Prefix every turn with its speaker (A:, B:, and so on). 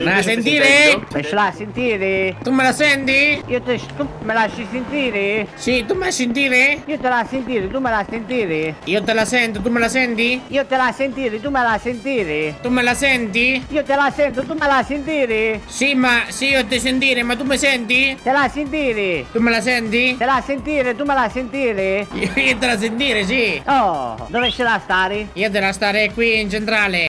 A: Me la sentire?
B: Lasciala sentire.
A: Tu me la senti?
B: Io te, tu me lasci sentire?
A: Sì, tu me la sentire?
B: Io te la sentire, tu me la sentire.
A: Io te la sento, tu me la senti?
B: Io te la sentire, tu me la sentire.
A: Tu me la senti?
B: Io te la sento, tu me la sentire.
A: Sì, ma sì, io ti sentire, ma tu mi senti?
B: Te la sentire.
A: Tu me la senti?
B: Te la sentire, tu me la sentire.
A: Io te la sentire, sì.
B: Oh, dove ce la stare?
A: Io te la stare qui in centrale.